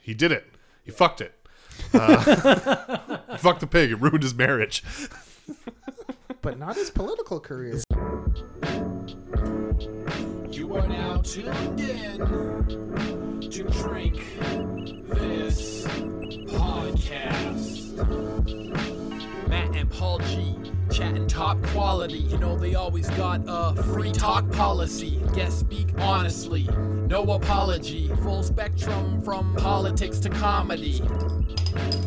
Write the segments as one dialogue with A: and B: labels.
A: He did it. He fucked it. Uh, he fucked the pig. It ruined his marriage.
B: but not his political career.
C: You are now tuned in to drink this podcast. Matt and Paul G chatting top quality. You know they always got a free talk policy. Guest speak honestly, no apology. Full spectrum from politics to comedy.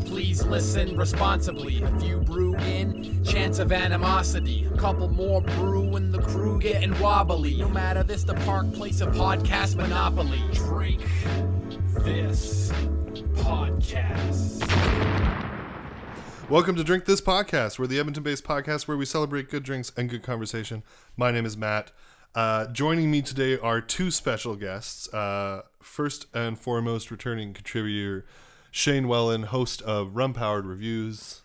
C: Please listen responsibly. A few brew in, chance of animosity. A couple more brew and the crew getting wobbly. No matter this, the park place of podcast monopoly. Drink this podcast.
A: Welcome to Drink This Podcast. We're the Edmonton based podcast where we celebrate good drinks and good conversation. My name is Matt. Uh, joining me today are two special guests. Uh, first and foremost, returning contributor Shane Wellen, host of Rum Powered Reviews.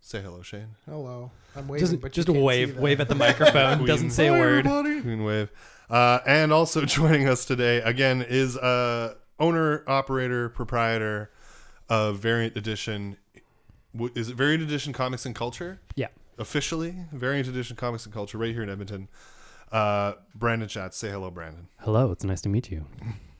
A: Say hello, Shane.
B: Hello, Oh, I'm waving,
D: Doesn't,
B: but
D: just
B: you can't see
D: wave,
B: that.
D: wave at the microphone. Doesn't say a
A: Hi,
D: word.
A: everybody. Queen wave. Uh, and also joining us today again is uh, owner, operator, proprietor of Variant Edition. W- Is it Variant Edition Comics and Culture?
D: Yeah.
A: Officially, Variant Edition Comics and Culture, right here in Edmonton. Uh, Brandon Schatz, say hello, Brandon.
E: Hello, it's nice to meet you.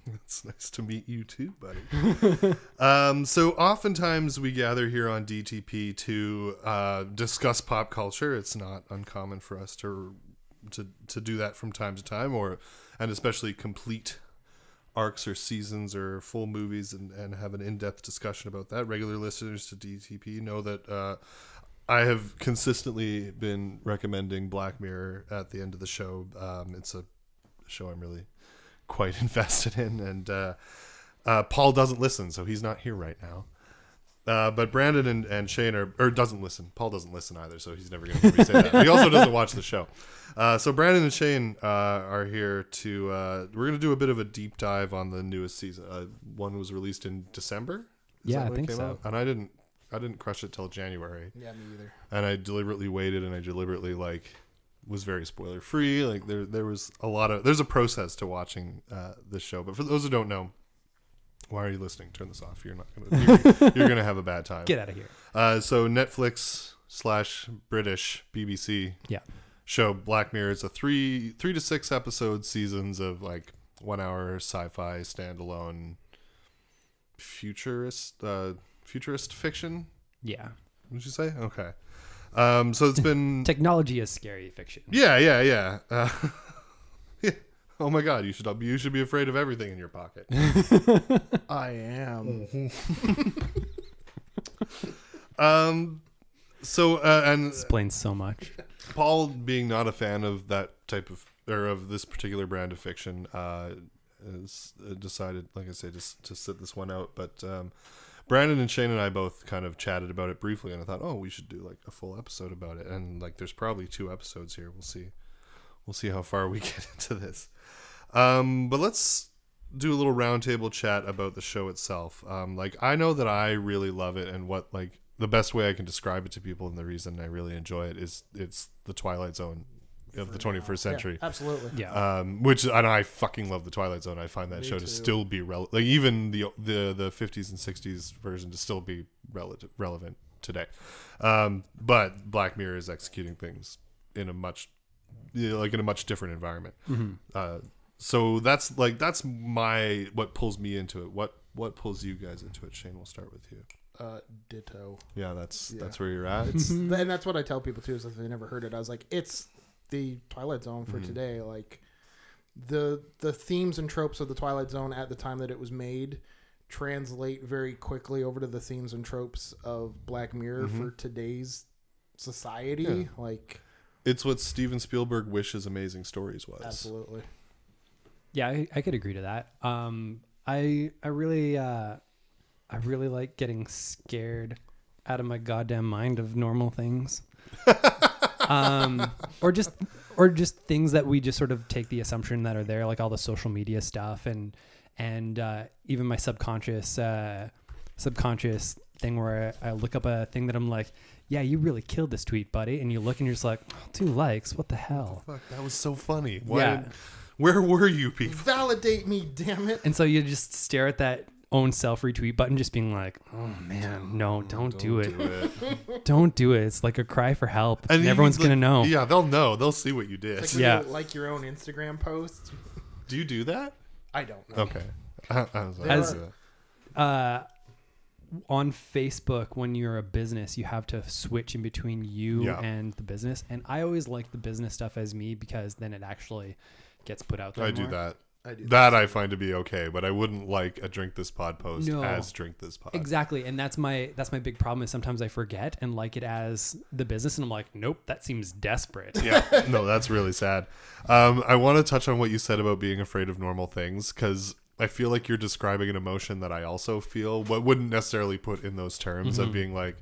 A: It's nice to meet you too, buddy. um, so, oftentimes we gather here on DTP to uh, discuss pop culture. It's not uncommon for us to to to do that from time to time, or and especially complete arcs or seasons or full movies and, and have an in-depth discussion about that regular listeners to dtp know that uh, i have consistently been recommending black mirror at the end of the show um, it's a show i'm really quite invested in and uh, uh, paul doesn't listen so he's not here right now uh, but Brandon and, and Shane are, or doesn't listen. Paul doesn't listen either, so he's never going to say that. He also doesn't watch the show. Uh, so Brandon and Shane uh, are here to. Uh, we're going to do a bit of a deep dive on the newest season. Uh, one was released in December. Is
E: Yeah,
A: that
E: I
A: when it
E: think
A: came
E: so.
A: out? And I didn't. I didn't crush it till January,
B: Yeah, me either.
A: and I deliberately waited, and I deliberately like was very spoiler free. Like there, there was a lot of. There's a process to watching uh, this show. But for those who don't know. Why are you listening? Turn this off. You're not gonna. You're, you're gonna have a bad time.
D: Get out of here.
A: Uh, so Netflix slash British BBC
E: Yeah.
A: show Black Mirror. It's a three three to six episode seasons of like one hour sci-fi standalone futurist uh, futurist fiction.
D: Yeah.
A: Would you say okay? Um, so it's been
D: Technology is scary fiction.
A: yeah yeah yeah. Uh, yeah. Oh my God! You should you should be afraid of everything in your pocket.
B: I am.
D: Mm-hmm.
A: Um, so uh, and
E: Explains so much.
A: Paul being not a fan of that type of or of this particular brand of fiction, uh, is, uh, decided, like I say, just to sit this one out. But um, Brandon and Shane and I both kind of chatted about it briefly, and I thought, oh, we should do like a full episode about it. And like, there's probably two episodes here. We'll see. We'll see how far we get into this. Um, but let's do a little roundtable chat about the show itself. Um, like I know that I really love it, and what like the best way I can describe it to people, and the reason I really enjoy it is it's the Twilight Zone of the 21st century.
B: Absolutely.
E: Yeah.
A: Um, which and I fucking love the Twilight Zone. I find that
B: Me
A: show
B: too.
A: to still be relevant. Like even the the the 50s and 60s version to still be relative relevant today. Um, but Black Mirror is executing things in a much you know, like in a much different environment.
B: Mm-hmm.
A: Uh, so that's like that's my what pulls me into it. What what pulls you guys into it? Shane, we'll start with you.
B: Uh, ditto.
A: Yeah, that's
B: Yeah.
A: that's where you're at.
B: It's, and that's what I tell people too. Is if they never heard it, I was like, it's the Twilight Zone for
D: Mm-hmm.
B: today. Like the the themes and tropes of the Twilight Zone at the time that it was made translate very quickly over to the themes and tropes of Black Mirror
D: Mm-hmm.
B: for today's society. Like
A: It's what Steven Spielberg wishes Amazing Stories was.
B: absolutely.
E: Yeah, I, I could agree to that. Um, I I really uh, I really like getting scared out of my goddamn mind of normal things, um, or just or just things that we just sort of take the assumption that are there, like all the social media stuff and and uh, even my subconscious uh, subconscious thing where I, I look up a thing that I'm like, yeah, you really killed this tweet, buddy, and you look and you're just like, two likes, what the hell?
A: Fuck, that was so funny. Why
E: Yeah.
A: did- where were you people?
B: Validate me, damn it.
E: And so you just stare at that own self retweet button, just being like, "Oh man, no, don't, do it.
A: it.
E: Don't do it." It's like a cry for help, and,
A: you-
E: everyone's
A: like-
E: gonna know.
A: Yeah, they'll know. They'll see what you did.
B: Like when
E: Yeah.
B: you like your own Instagram post.
A: do you do that?
B: I don't know.
A: Okay. I, I was like,
E: As-
A: uh,
E: uh, on Facebook when you're a business, you have to switch in between you
A: Yeah.
E: and the business. And I always like the business stuff as me because then it actually gets put out there.
A: I do
E: more.
A: that.
B: I do.
A: That I find to be okay, but I wouldn't like a drink this pod post
E: No.
A: as drink this pod.
E: Exactly, and that's my that's my big problem is sometimes I forget and like it as the business, and I'm like, nope, that seems desperate.
A: yeah, no, that's really sad. Um, I want to touch on what you said about being afraid of normal things because I feel like you're describing an emotion that I also feel, but wouldn't necessarily put in those terms
E: Mm-hmm.
A: of being like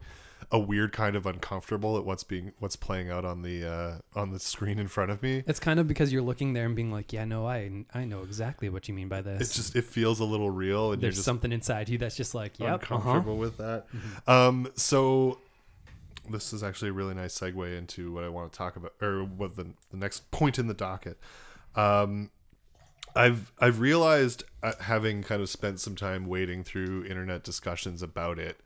A: a weird kind of uncomfortable at what's being what's playing out on the uh, on the screen in front of me.
E: It's kind of because you're looking there and being like, yeah, no, I I know exactly what you mean by this.
A: It's just it feels a little real, and
E: There's
A: you're just
E: something inside you that's just like, yep, uh-huh. Mm-hmm.
A: uncomfortable with that. Um, so this is actually a really nice segue into what I want to talk about, or what the, the next point in the docket. Um, I've I've realized, uh, having kind of spent some time wading through internet discussions about it,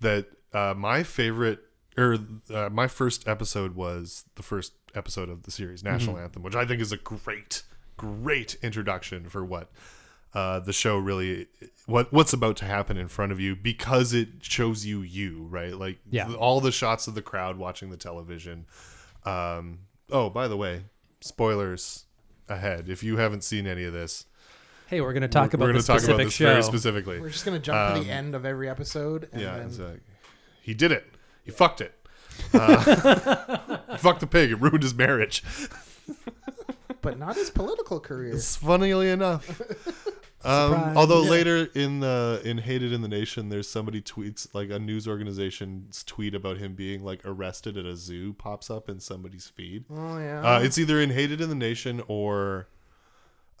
A: that uh, my favorite or uh, my first episode was the first episode of the series National Anthem, which I think is a great great introduction for what uh, the show really what what's about to happen in front of you because it shows you you right like
E: Yeah.
A: th- all the shots of the crowd watching the television um oh by the way spoilers ahead if you haven't seen any of this
E: Hey, we're gonna talk
A: we're
E: about
A: going
E: this
A: to talk about
E: specific
A: this
E: show.
A: very specifically
B: We're just gonna jump to the end of every episode. And
A: Um, yeah
B: then,
A: it's like, he did it he fucked it uh, fucked the pig it ruined his marriage
B: but not his political career.
A: It's funnily enough. Um,
E: Surprise.
A: although later in the in hated in the nation, there's somebody tweets like a news organization's tweet about him being like arrested at a zoo pops up in somebody's feed.
B: Oh yeah.
A: Uh, it's either in hated in the nation or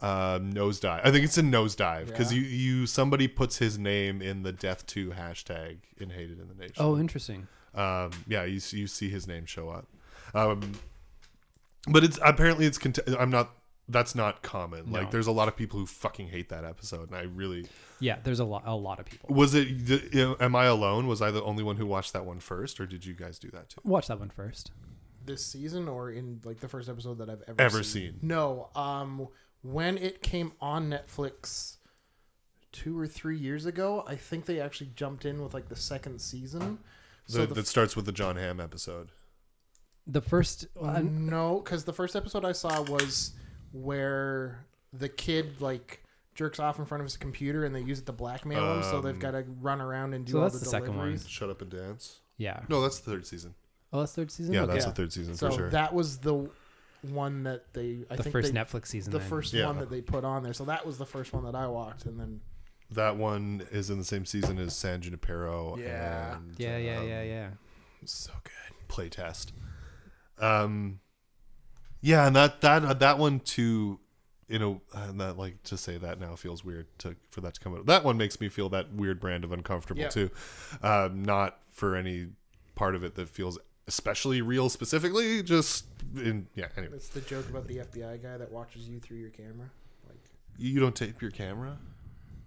A: um, nosedive. I think it's in nosedive because
B: Yeah.
A: you you somebody puts his name in the death to hashtag in hated in the nation
E: oh, interesting.
A: um, yeah, you you see his name show up, um, but it's apparently it's cont- I'm not. That's not common. Like,
E: No.
A: there's a lot of people who fucking hate that episode, and I really
E: Yeah, there's a lot a lot of people.
A: was it. th- Am I alone? Was I the only one who watched that one first, or did you guys do that too?
E: Watch that one first.
B: this season or in like the first episode that I've ever
A: Ever seen.
B: No, um, when it came on Netflix two or three years ago, I think they actually jumped in with like the second season. So
A: The-
B: the,
A: that starts with the John Hamm episode.
E: The first
B: uh, no, because the first episode I saw was where the kid like jerks off in front of his computer and they use it to blackmail him, so they've got to run around and do
E: Um, so
B: all
E: that's
B: the,
E: the
B: deliveries.
E: second one.
A: Shut up and dance.
E: Yeah.
A: No, that's the third season.
E: Oh, that's third season.
A: Yeah,
E: Okay.
A: that's
B: Yeah.
A: the third season
B: So
A: for sure.
B: that was the one that they I
E: the
B: think
E: first
B: they,
E: Netflix season.
B: the
E: then.
B: first
A: Yeah.
B: one that they put on there. So that was the first one that I watched, and then
A: that one is in the same season as San Junipero.
B: Yeah.
A: and,
E: Yeah, yeah,
A: um,
E: yeah, yeah.
B: so good.
A: playtest. Um, yeah, and that that uh, that one too. You know, and that like to say that now feels weird to for that to come out. That one makes me feel that weird brand of uncomfortable
B: Yeah.
A: too. Um, not for any part of it that feels especially real specifically. Just in yeah. Anyway,
B: It's the joke about the FBI guy that watches you through your camera. Like,
A: you don't tape your camera.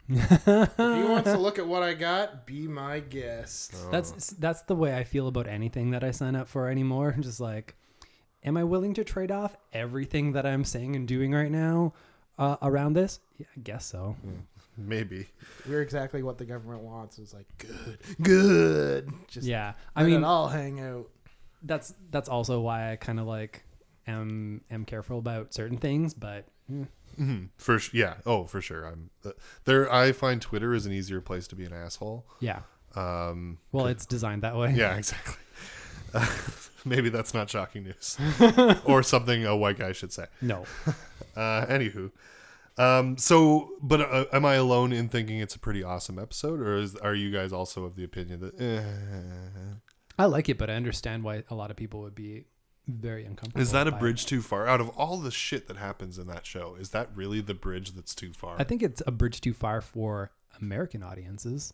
B: if he wants to look at what I got, be my guest.
A: oh.
E: That's that's the way I feel about anything that I sign up for anymore. I'm just like, am I willing to trade off everything that I'm saying and doing right now uh, around this? Yeah, I guess so.
A: Hmm. Maybe
B: We're exactly what the government wants. It's like good, good. Just
E: Yeah, I
B: I mean,
E: mean,
B: I'll hang out.
E: that's that's also why I kind of like am am careful about certain things, but
A: for sure. Yeah. Oh, for sure. I'm uh, there. I find Twitter is an easier place to be an asshole.
E: yeah.
A: Um,
E: Well, it's designed that way.
A: Yeah, exactly. Uh, maybe that's not shocking news, or something a white guy should say.
E: No.
A: Uh, anywho, um, so but uh, am I alone in thinking it's a pretty awesome episode, or is, are you guys also of the opinion that eh.
E: I like it, but I understand why a lot of people would be very uncomfortable.
A: is that a
E: by it.
A: bridge too far? Out of all the shit that happens in that show, is that really the bridge that's too far?
E: I think it's a bridge too far for American audiences.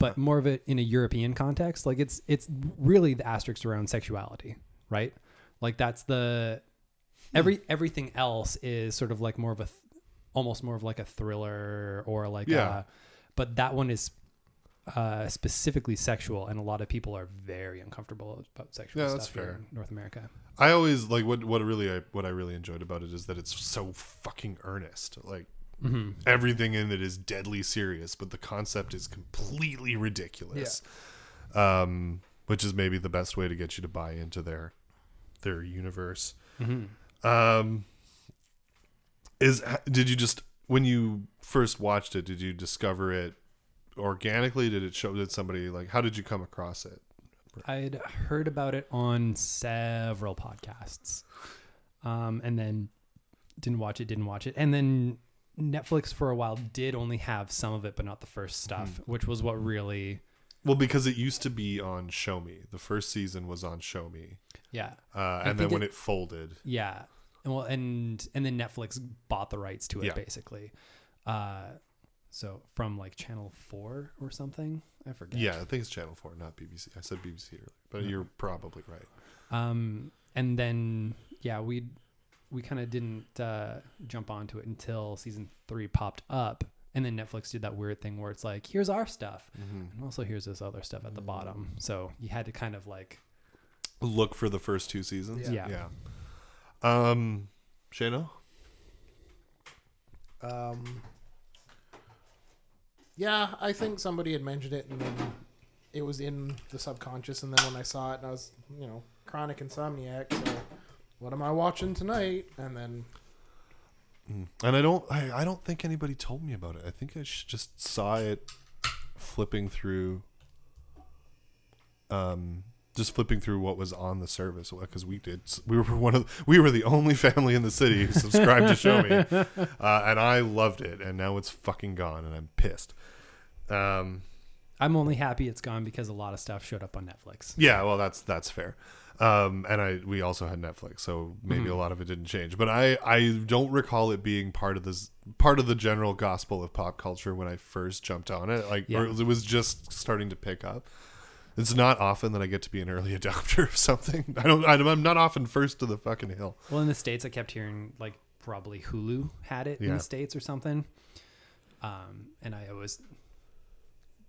E: But more of it in a European context. Like it's it's really the asterisks around sexuality, right?
A: Hmm.
E: Like that's the every everything else is sort of like more of a th- almost more of like a thriller or like
A: Yeah.
E: a, but that one is uh, specifically sexual, and a lot of people are very uncomfortable about sexual
A: Yeah,
E: stuff
A: that's
E: here
A: fair.
E: in North America.
A: I always like what what really I, what I really enjoyed about it is that it's so fucking earnest. Like
E: Mm-hmm.
A: everything in it is deadly serious, but the concept is completely ridiculous. Um, which is maybe the best way to get you to buy into their their universe.
E: Mm-hmm.
A: Um, is did you just when you first watched it? Did you discover it organically? Did it show? Did somebody like? How did you come across it?
E: I'd heard about it on several podcasts, um, and then didn't watch it, didn't watch it, and then Netflix for a while did only have some of it, but not the first
A: Mm-hmm.
E: stuff, which was what really,
A: Well, because it used to be on Show Me. The first season was on Show Me,
E: yeah,
A: uh, and then
E: think
A: when
E: it-
A: it folded,
E: yeah, and well, and and then Netflix bought the rights to it
A: Yeah.
E: basically, uh, so from like Channel Four or something, I forget.
A: yeah, I think it's Channel Four, not BBC. I said BBC earlier, but you're probably right.
E: um and then yeah we we kind of didn't uh jump onto it until season three popped up and then netflix did that weird thing where it's like here's our stuff and also here's this other stuff at the bottom so you had to kind of like
A: Look for the first two seasons.
E: Yeah.
A: yeah. Um, Shano,
B: Um, yeah, I think somebody had mentioned it, and then it was in the subconscious. And then when I saw it, and I was, you know, chronic insomniac. So, what am I watching tonight? And then
A: and I don't, I, I don't think anybody told me about it. I think I sh- just saw it flipping through, um, just flipping through what was on the service because we did, we were one of, we were the only family in the city who subscribed to Show Me, uh, and I loved it, and now it's fucking gone, and I'm pissed. Um,
E: i'm only happy it's gone because a lot of stuff showed up on netflix
A: Yeah, well, that's that's fair. Um, and I we also had Netflix, so maybe
E: Hmm.
A: a lot of it didn't change. But I I don't recall it being part of this part of the general gospel of pop culture when I first jumped on it. Like or
E: Yeah.
A: it was just starting to pick up. It's not often that I get to be an early adopter of something. I don't. I'm not often first to the fucking hill.
E: well in the states i kept hearing like probably hulu had it in
A: Yeah.
E: the states or something um and i always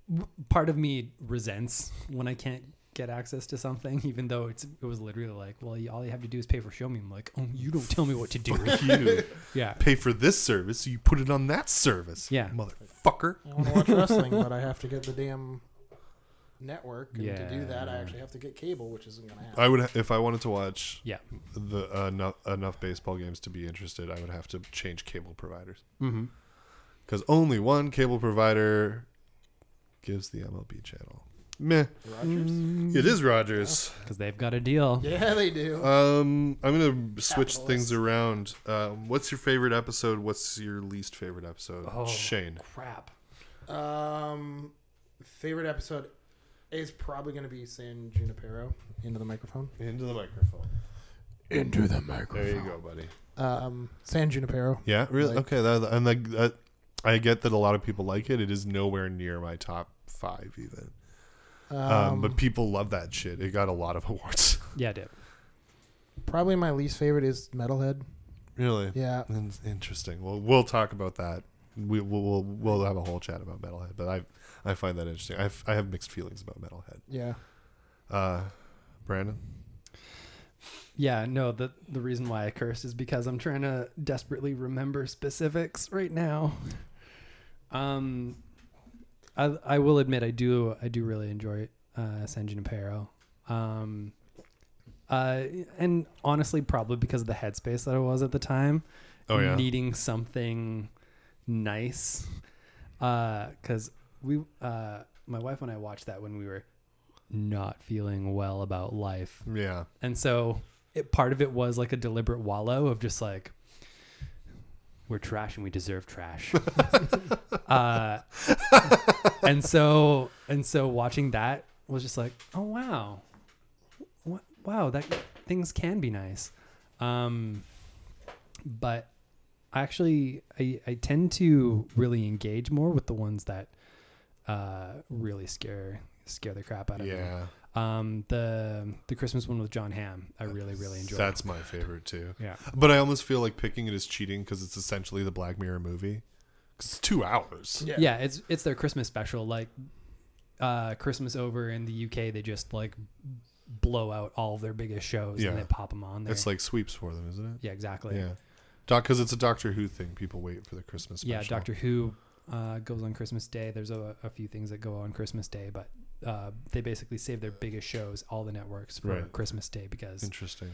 E: w- part of me resents when i can't get access to something even though it's it was literally like well you, all you have to do is pay for show me i'm like oh you don't tell me what to do
A: You
E: yeah
A: pay for this service, so you put it on that service.
E: Yeah.
A: motherfucker.
B: I want to watch wrestling, but I have to get the damn network. And to do that, I
E: Yeah.
B: actually have to get cable, which isn't going to happen.
A: I would if I wanted to watch
E: yeah
A: the enough enough baseball games to be interested, I would have to change cable providers.
E: mm-hmm.
A: because only one cable provider gives the MLB channel. Meh,
E: Uh, mm.
B: Rogers?
A: it is Rogers.
E: because they've got a deal
B: Yeah, they
E: Uh,
B: do.
A: Um, I'm gonna switch
B: Capitalist.
A: things around. Um, what's your favorite episode? What's your least favorite episode?
E: Oh.
A: Shane.
E: crap
B: Um, favorite episode is probably going to be San Junipero. Into the microphone.
A: Into the microphone.
B: Into the
A: There you
B: microphone.
A: go, buddy.
B: Um, San Junipero.
A: Yeah, really.
B: Like-
A: okay, that, and like that, I get that a lot of people like it. It is nowhere near my top five, even.
B: Um,
A: Um, but people love that shit. It got a lot of awards.
E: yeah dip
B: probably my least favorite is Metalhead.
A: really?
B: Yeah.
A: In- Interesting. Well, we'll talk about that. We, we'll, we'll we'll have a whole chat about metalhead, but I I find that interesting. I I have mixed feelings about metalhead.
B: Yeah.
A: Uh, Brandon,
E: yeah no the the reason why i cursed is because i'm trying to desperately remember specifics right now um i i will admit i do i do really enjoy uh san junipero um uh and honestly probably because of the headspace that i was at the time
A: Oh, yeah.
E: needing something nice uh because we uh my wife and i watched that when we were not feeling well about life
A: yeah,
E: and so it, part of it was like a deliberate wallow of just like, we're trash and we deserve trash. uh, and so, and so watching that was just like, oh, wow. Wha- Wow. That things can be nice. Um, but I actually, I, I tend to really engage more with the ones that uh, really scare scare the crap out of me.
A: Yeah,
E: Um, the the Christmas one with John Hamm, I really really enjoyed.
A: that's my favorite too.
E: yeah.
A: But I almost feel like picking it is cheating because it's essentially the Black Mirror movie. 'Cause it's two hours.
B: Yeah.
E: yeah it's it's their christmas special like uh christmas over in the uk they just like blow out all of their biggest shows
A: Yeah.
E: and they pop them on there
A: It's like sweeps for them, isn't it?
E: yeah exactly
A: Yeah. Doc, because it's a Doctor Who thing. People wait for the Christmas special.
E: Yeah, doctor who uh goes on christmas day there's a, a few things that go on christmas day but uh, they basically save their biggest shows, all the networks, for
A: Right.
E: Christmas Day because
A: Interesting.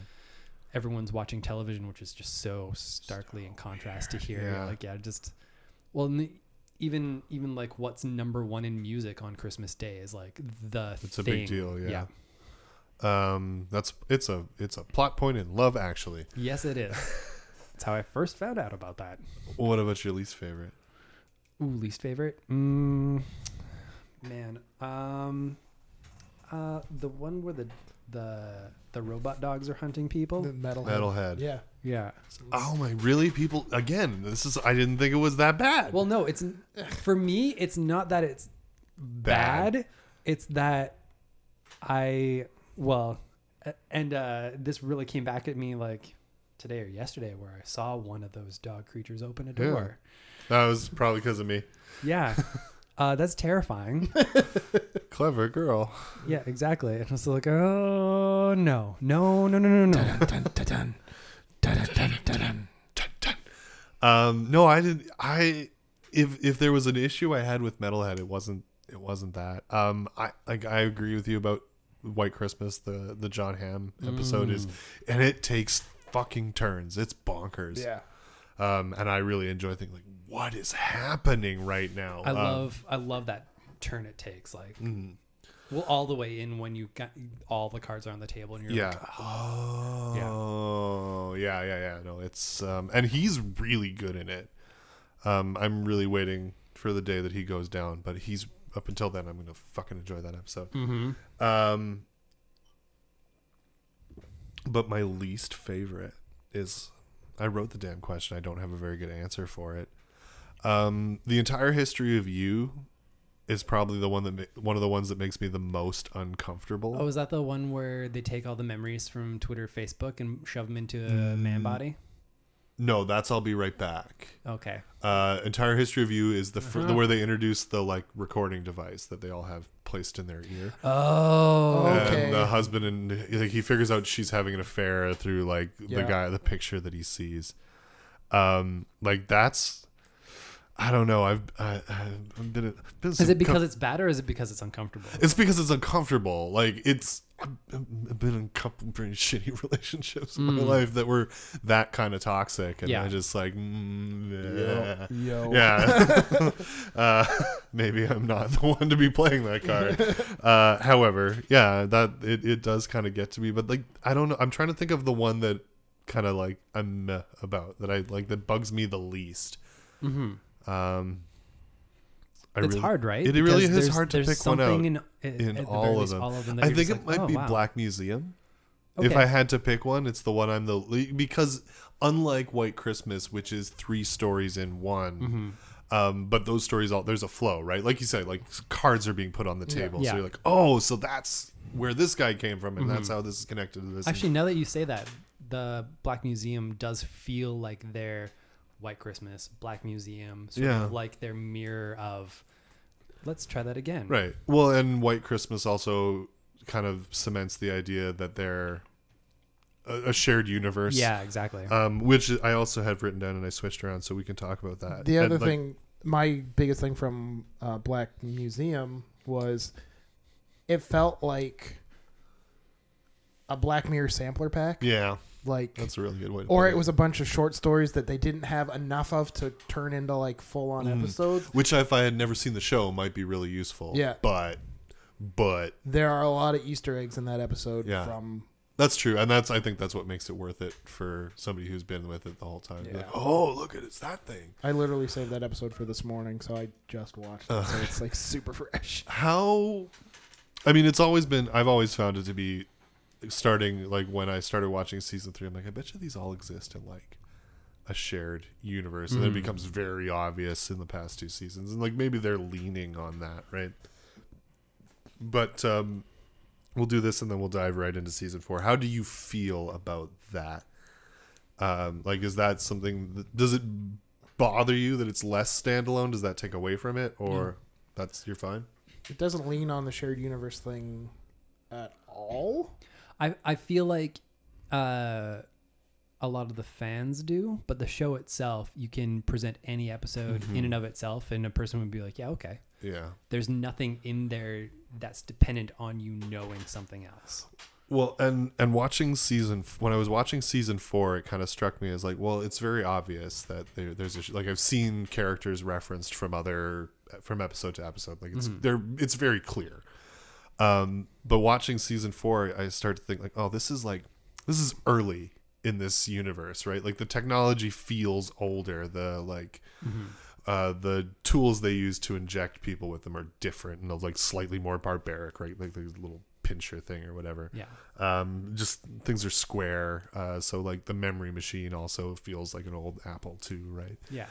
E: everyone's watching television, which is just so starkly in contrast to here.
A: Yeah.
E: Like, yeah, just well, and the- even even like what's number one in music on Christmas Day is like the
A: It's a big
E: thing.
A: deal, yeah. Um, that's it's a it's a plot point in Love Actually.
E: Yes, it is. That's how I first found out about that.
A: What about your least favorite?
E: Ooh, least favorite. Mm, man, um, uh, the one where the the the robot dogs are hunting
B: The
E: people.
B: metalhead.
A: Metalhead.
B: Yeah.
E: Yeah.
A: Oh my, really? People again? This is I didn't think it was that bad.
E: Well, no, it's for me. It's not that it's bad. It's that I well, a- and uh, this really came back at me like today or yesterday where I saw one of those dog creatures open a
A: Yeah.
E: door.
A: that was probably because of me.
E: Yeah. Uh, that's terrifying.
A: Clever girl.
E: yeah, exactly. And I was like, oh no, no, no, no, no, no.
B: Dun, dun, dun. Dun, dun, dun, dun, dun.
A: Um, no, I didn't. I if if there was an issue I had with Metalhead, it wasn't it wasn't that. Um, I like I agree with you about White Christmas. The the John Hamm episode is, and it takes fucking turns. It's bonkers.
B: Yeah.
A: Um, and I really enjoy thinking like, what is happening right now?
E: I
A: Um, mm.
E: love, I love that turn it takes. Like, well, all the way in when you got all the cards are on the table and you're
A: Yeah.
E: like,
A: Oh. Yeah. Yeah. Yeah. No, it's um, and he's really good in it. Um, I'm really waiting for the day that he goes down, but he's up until then, I'm gonna fucking enjoy that episode.
E: mm-hmm.
A: Um, but my least favorite is I wrote the damn question. I don't have a very good answer for it. Um, the entire history of you is probably the one that ma- one of the ones that makes me the most uncomfortable.
E: Oh, is that the one where they take all the memories from Twitter, Facebook, and shove them into a
A: Mm.
E: man body?
A: No, that's I'll be right back.
E: Okay.
A: Uh, entire history of you is the fir-
B: Uh-huh.
A: where they introduce the like recording device that they all have placed in their ear.
E: Oh,
B: Okay.
A: And the husband and like he figures out she's having an affair through like the
B: Yeah.
A: guy the picture that he sees. Um, like that's I don't know. I've I, I've been, been
E: is it because it's bad or is it because it's uncomfortable?
A: it's because it's uncomfortable. Like it's I've I've been in a couple pretty shitty relationships in
B: Mm.
A: my life that were that kind of toxic, and
E: Yeah.
A: I just like mm, yeah.
B: Yo.
A: Yeah. uh, maybe I'm not the one to be playing that card. Uh, however, yeah, that it, it does kind of get to me, but like I don't know. I'm trying to think of the one that kind of like I'm meh about that I like that bugs me the least. Um, I
E: Mm-hmm. it's
A: really-
E: hard, right?
A: It
E: Because
A: really is
E: there's-
A: hard to
E: there's
A: pick one out
E: something in, uh,
A: in
E: at the very
A: all of,
E: least
A: them.
E: all of them. that
A: I
E: you're
A: think it
E: just like,
A: might
E: "Oh,
A: be
E: wow."
A: Black Museum. If
E: Okay.
A: I had to pick one, it's the one I'm the le- because unlike White Christmas, which is three stories in one,
E: Mm-hmm.
A: um, but those stories all there's a flow, right? Like you said, like s- cards are being put on the table,
E: Yeah. Mm-hmm.
A: so you're like, oh, so that's where this guy came from, and that's how this is connected to this. and-
E: Actually, now that you say that, the Black Museum does feel like their White Christmas, Black Museum, sort
A: Yeah.
E: of like their mirror of. Let's try that again.
A: Right. Well, and White Christmas also kind of cements the idea that they're a, a shared universe.
E: Yeah, exactly.
A: Um, which I also had written down and I switched around, so we can talk about that.
B: The
A: And,
B: other
A: like,
B: thing, my biggest thing from uh, Black Museum was it felt like a Black Mirror sampler pack.
A: yeah,
B: Like,
A: that's a really good way. To
B: or
A: put
B: it was a bunch of short stories that they didn't have enough of to turn into like full on
A: Mm.
B: episodes.
A: which if I had never seen the show, might be really useful.
B: Yeah.
A: but but
B: There are a lot of Easter eggs in that episode
A: Yeah.
B: from
A: that's true, and that's I think that's what makes it worth it for somebody who's been with it the whole time. Be Like, oh, look at it's that thing.
B: I literally saved that episode for this morning, so I just watched it. So it's like super fresh.
A: How? I mean, it's always been. I've always found it to be starting like when I started watching season three. I'm like, I bet you these all exist in like a shared universe, and it becomes very obvious in the past two seasons. And like maybe they're leaning on that, right? But um, we'll do this, and then we'll dive right into season four. How do you feel about that? Um, like, is that something? That, does it bother you that it's less standalone? Does that take away from it, or that's you're fine?
B: It doesn't lean on the shared universe thing at all.
E: I I feel like uh, a lot of the fans do, but the show itself, you can present any episode
A: Mm-hmm.
E: in and of itself, and a person would be like, "Yeah, okay."
A: Yeah.
E: There's nothing in there that's dependent on you knowing something else.
A: Well, and and watching season f- when I was watching season four, it kind of struck me as like, well, it's very obvious that there, there's a, sh- like I've seen characters referenced from other from episode to episode, like it's they're it's very clear. Um, but watching season four, I start to think like, oh, this is like this is early in this universe, right? Like the technology feels older. The like uh, the tools they use to inject people with them are different and like slightly more barbaric, right? Like the little pincher thing or whatever
E: Yeah.
A: um just things are square uh so like the memory machine also feels like an old apple too right
E: Yeah.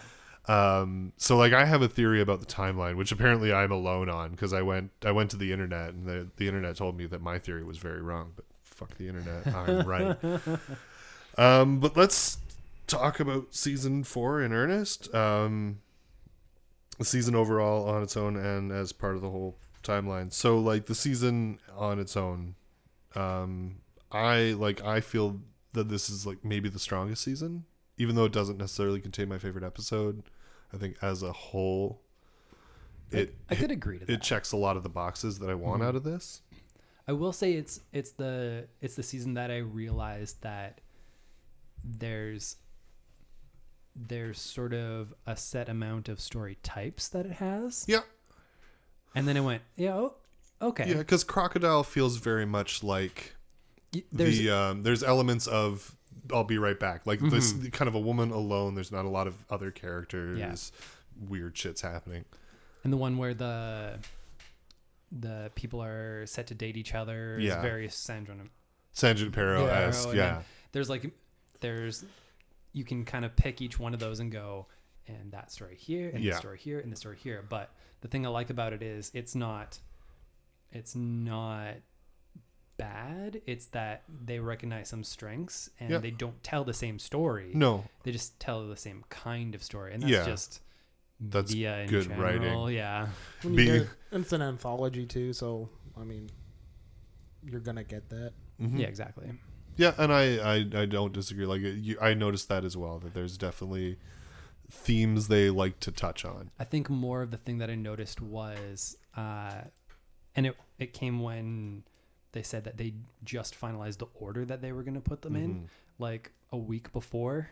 A: um so like i have a theory about the timeline which apparently i'm alone on because i went i went to the internet and the, the internet told me that my theory was very wrong but fuck the internet i'm right um but let's talk about season four in earnest um the season overall on its own and as part of the whole timeline so like the season on its own um i like i feel that this is like maybe the strongest season even though it doesn't necessarily contain my favorite episode i think as a whole it
E: I could Mm-hmm. agree to that.
A: it checks a lot of the boxes that i want out of this
E: I will say it's it's the it's the season that I realized that there's there's sort of a set amount of story types that it has.
A: yeah
E: And then I went, yeah, oh, okay.
A: yeah because crocodile feels very much like
E: Y- There's
A: the um, there's elements of I'll be right back. Like this
E: Mm-hmm.
A: kind of a woman alone. There's not a lot of other characters. Weird shit's happening.
E: and the one where the the people are set to date each other. is
A: Yeah.
E: Very Sandra
A: San Junipero esque.
E: and
A: Yeah.
E: then There's like there's you can kind of pick each one of those and go and that story here and
A: Yeah.
E: this story here and this story here. But the thing I like about it is it's not it's not bad. It's that they recognize some strengths and
A: Yeah.
E: they don't tell the same story.
A: No,
E: They just tell the same kind of story. And that's
A: Yeah.
E: just
A: that's
E: media in
A: good
E: general.
A: writing.
E: Yeah.
B: When you
A: Be-
B: get- and it's an anthology too, so I mean, you're gonna get that.
E: Yeah, exactly.
A: Mm-hmm. Yeah, and I I, I don't disagree. Like you, I noticed that as well. That there's definitely themes they like to touch on.
E: I think more of the thing that I noticed was, uh, and it it came when they said that they just finalized the order that they were going to put them
A: Mm-hmm.
E: in, like a week before.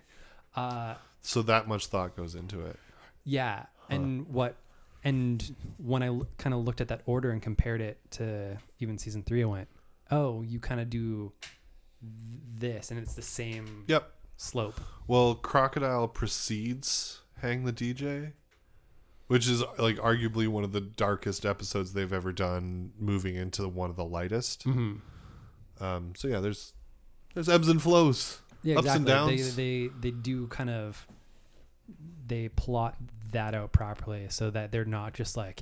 E: Uh,
A: So that much thought goes into it.
E: yeah, and what, and when I kind of looked at that order and compared it to even season three, I went, oh, you kind of do th- this, and it's the same
A: Yep.
E: slope.
A: Well, Crocodile precedes Hang the DJ, which is like arguably one of the darkest episodes they've ever done, moving into the- one of the lightest.
E: Mm-hmm.
A: Um, so yeah, there's there's ebbs and flows,
E: yeah,
A: ups
E: exactly.
A: and downs.
E: They, they they do kind of they plot that out properly so that they're not just like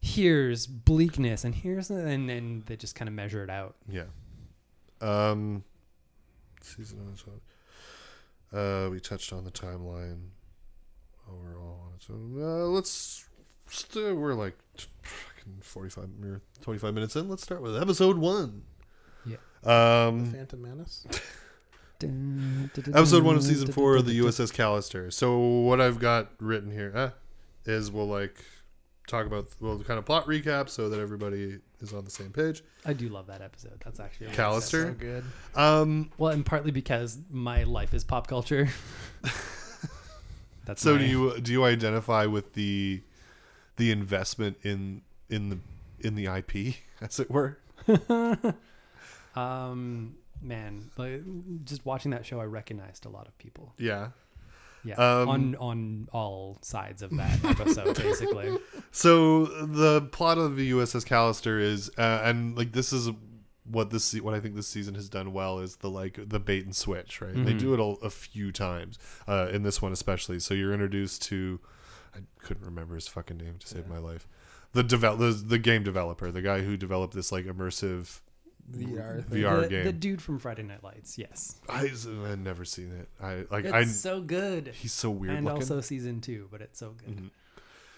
E: here's bleakness and here's and then they just kind of measure it out.
A: yeah. Um, season on its own. Uh, we touched on the timeline overall on its own. Uh, let's st- we're like t- fucking forty five or twenty five minutes in. Let's start with episode one.
E: Yeah.
A: Um,
B: Phantom Menace.
A: episode one of season four of the USS Callister. So what I've got written here eh, is we'll like talk about we'll kind of plot recap so that everybody is on the same page.
E: I do love that episode. That's actually
A: Callister.
B: good.
A: Um,
E: well, and partly because my life is pop culture. That's
A: so
E: my-
A: do you do you identify with the the investment in in the in the IP as it were?
E: Um, man, like just watching that show, I recognized a lot of people.
A: Yeah.
E: Yeah,
A: Um,
E: on on all sides of that episode, basically.
A: So the plot of the USS Callister is, uh, and like this is what this se- what I think this season has done well is the like the bait and switch, right?
E: Mm-hmm.
A: They do it a, a few times uh, in this one especially. So you're introduced to I couldn't remember his fucking name to save my life. The develop the, the game developer, the guy who developed this like immersive
B: VR thing.
A: VR
E: the,
A: game.
E: the dude from Friday Night Lights. Yes,
A: I I've never seen it. I like
E: it's
A: I
E: so good.
A: he's so weird
E: And
A: looking.
E: also season two, but it's so good.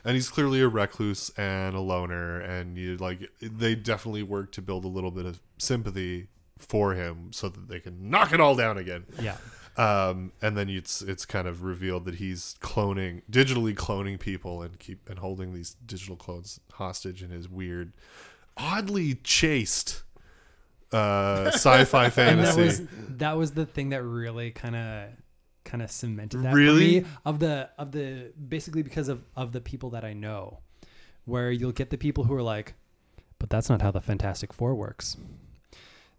A: and he's clearly a recluse and a loner and you like they definitely work to build a little bit of sympathy for him so that they can knock it all down again
E: Yeah,
A: um, and then it's it's kind of revealed that he's cloning digitally cloning people and keep and holding these digital clones hostage in his weird oddly chaste uh sci-fi
E: and that
A: fantasy
E: was that was the thing that really kind of kind of cemented that for
A: Really?
E: me, of the of the basically because of of the people that I know, where you'll get the people who are like, but that's not how the Fantastic Four works.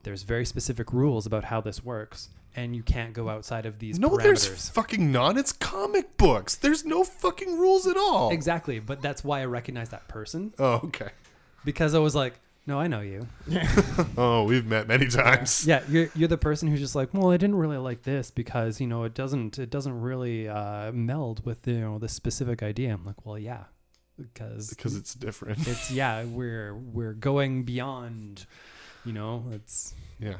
E: There's very specific rules about how this works, and you can't go outside of these
A: no
E: parameters.
A: there's fucking none it's comic books there's no fucking rules at all
E: exactly, but that's why I recognize that person
A: oh okay
E: because I was like, no, I know you.
A: oh we've met many times
E: yeah you're, you're the person who's just like well i didn't really like this because you know it doesn't it doesn't really uh, meld with you know the specific idea i'm like well yeah because
A: because it's different.
E: it's yeah we're we're going beyond you know it's
A: yeah,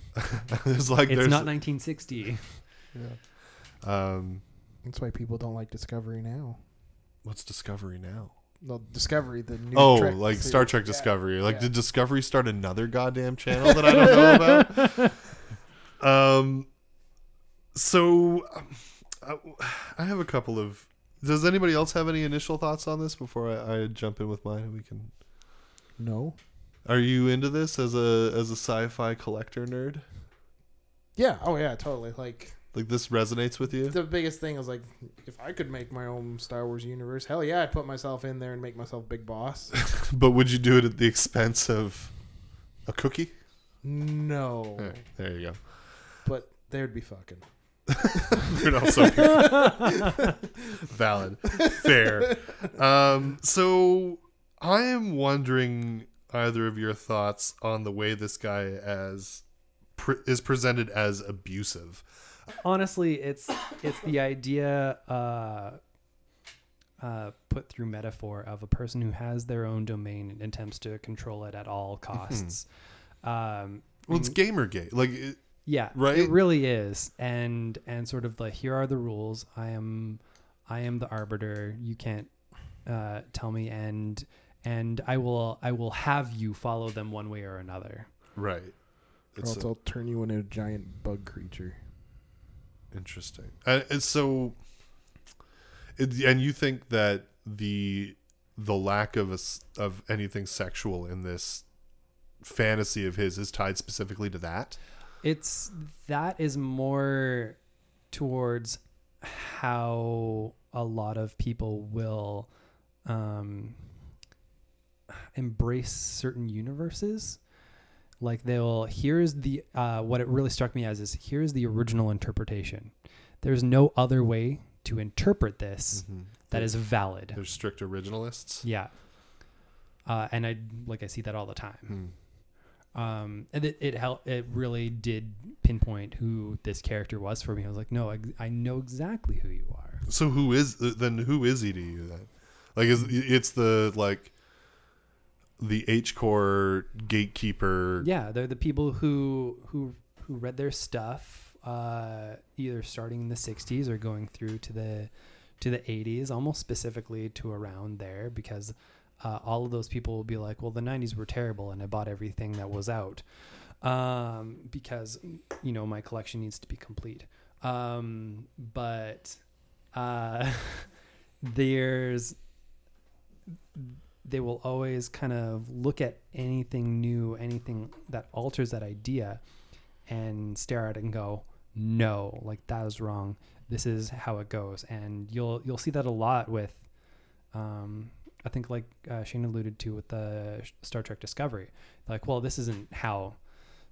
A: there's like
E: it's
A: there's
E: not 1960
A: um,
B: That's why people don't like Discovery now.
A: what's Discovery now?
B: Well, Discovery, the new
A: oh,
B: Trek
A: like
B: series.
A: Star Trek
B: Yeah.
A: Discovery. Like
B: yeah.
A: did Discovery start another goddamn channel that I don't know about? Um, so um, I, I have a couple of. Does anybody else have any initial thoughts on this before I, I jump in with mine? and We can.
B: No.
A: Are you into this as a as a sci-fi collector nerd?
B: Yeah. Oh yeah. Totally. Like
A: Like this resonates with you?
B: the biggest thing is like, if I could make my own Star Wars universe, hell yeah, I'd put myself in there and make myself big boss.
A: But would you do it at the expense of a cookie?
B: no.
A: All right, there you go.
B: But there'd be fucking.
A: You're not so beautiful. valid, fair. Um, so I am wondering either of your thoughts on the way this guy as pre- is presented as abusive.
E: honestly it's it's the idea uh uh, put through metaphor of a person who has their own domain and attempts to control it at all costs. Um,
A: Well, it's GamerGate. Like, it,
E: Yeah,
A: Right?
E: It really is, and and sort of like here are the rules. I am, I am the arbiter. You can't uh, tell me, and and I will I will have you follow them one way or another.
A: right. It's
B: I'll turn you into a giant bug creature.
A: interesting. And, and so, it, and you think that the the lack of a s of anything sexual in this fantasy of his is tied specifically to that?
E: It's that is more towards how a lot of people will um, embrace certain universes. Like they'll here's the uh, what it really struck me as is here's the original interpretation. There's no other way to interpret this that is valid.
A: They're strict originalists.
E: Mm-hmm. Yeah. Uh, and I like I see that all the
A: Hmm.
E: time. Um, and it it helped. It really did pinpoint who this character was for me. I was like, no, I, I know exactly who you are.
A: So who is then? Who is he to you then? Like, is it's the like the H core gatekeeper?
E: Yeah, they're the people who who who read their stuff, uh, either starting in the '60s or going through to the to the '80s, almost specifically to around there, because uh, all of those people will be like, "Well, the '90s were terrible, and I bought everything that was out um, because you know my collection needs to be complete." Um, but uh, there's they will always kind of look at anything new, anything that alters that idea, and stare at it and go, "No, like that is wrong. This is how it goes." And you'll you'll see that a lot with, um, I think like uh, Shane alluded to with the sh- Star Trek Discovery, like, "Well, this isn't how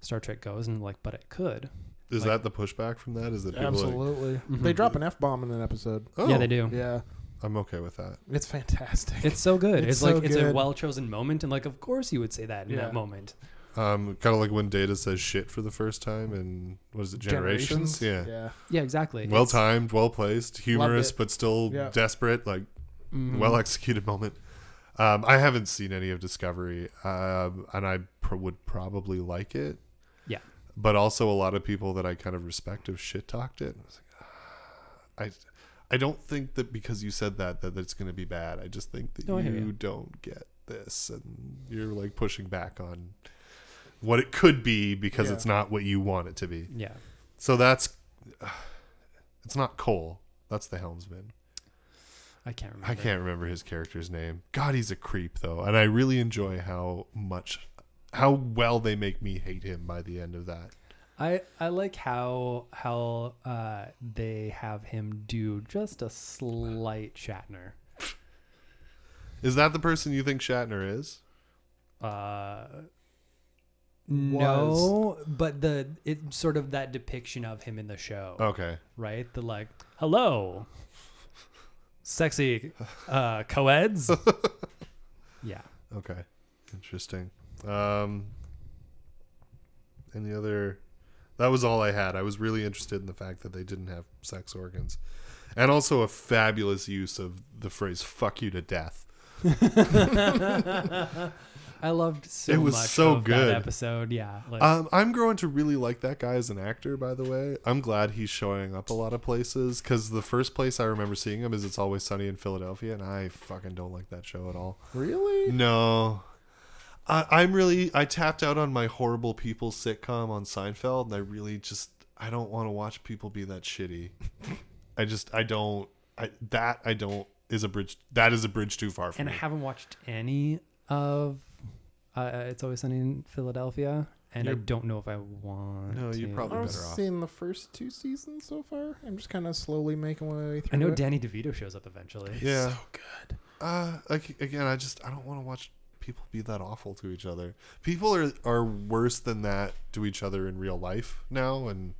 E: Star Trek goes," and like, "But it could."
A: Is
E: Like-
A: that the pushback from that? Is that people Are like,
B: Absolutely. They drop an F bomb in an episode.
A: oh,
E: yeah, they do.
B: Yeah.
A: I'm okay with that.
B: It's fantastic.
E: It's so good.
B: It's
E: It's,
B: so
E: like it's a
B: good.
E: well chosen moment, and like, of course you would say that in
B: Yeah.
E: that moment.
A: Um, kind of like when Data says shit for the first time in what is it, Generations? Yeah.
B: Yeah.
E: Yeah, exactly.
A: Well timed, well placed, humorous
B: it.
A: but still
B: Yeah.
A: desperate, like
E: Mm-hmm.
A: well executed moment. Um, I haven't seen any of Discovery, um, and I pr- would probably like it,
E: yeah.
A: but also a lot of people that I kind of respect have shit talked it. I was like, "Ah." I, I don't think that because you said that that it's going to be bad. I just think that
E: No, I hear
A: you
E: you.
A: don't get this, and you're like pushing back on what it could be because
B: Yeah.
A: it's not what you want it to be.
E: Yeah.
A: So that's it's not Cole. That's the helmsman.
E: I can't remember.
A: I can't remember his character's name. God, he's a creep though, and I really enjoy how much how well they make me hate him by the end of that.
E: I I like how how uh, they have him do just a slight Shatner.
A: Is that the person you think Shatner is?
E: Uh, no, but the it sort of that depiction of him in the show,
A: Okay.
E: right? The like, hello, sexy uh, co-eds. yeah,
A: Okay. Interesting. Um any other that was all I had. I was really interested in the fact that they didn't have sex organs. And also a fabulous use of the phrase fuck you to death.
E: I loved so
A: It was
E: much
A: so
E: of that
A: good.
E: episode. Yeah, like,
A: Um, I'm growing to really like that guy as an actor, by the way. I'm glad he's showing up a lot of places because the first place I remember seeing him is It's Always Sunny in Philadelphia, and I fucking don't like that show at all.
B: Really?
A: No. I, I'm really. I tapped out on my horrible people sitcom on Seinfeld, and I really just. I don't want to watch people be that shitty. I just. I don't. I, that I don't is a bridge. That is a bridge too far for
E: and I
A: me.
E: haven't watched any of uh, It's Always Sunny in Philadelphia, and I
A: You're-
E: don't know if I want.
A: No, you're
E: to.
A: probably
B: I've
A: better off.
B: seen the first two seasons so far. I'm just kind of slowly making my way through.
E: I know
B: it.
E: Danny DeVito shows up eventually.
A: Yeah.
B: good.
A: Uh, like again, I just I don't want to watch people be that awful to each other. People are are worse than that to each other in real life now, and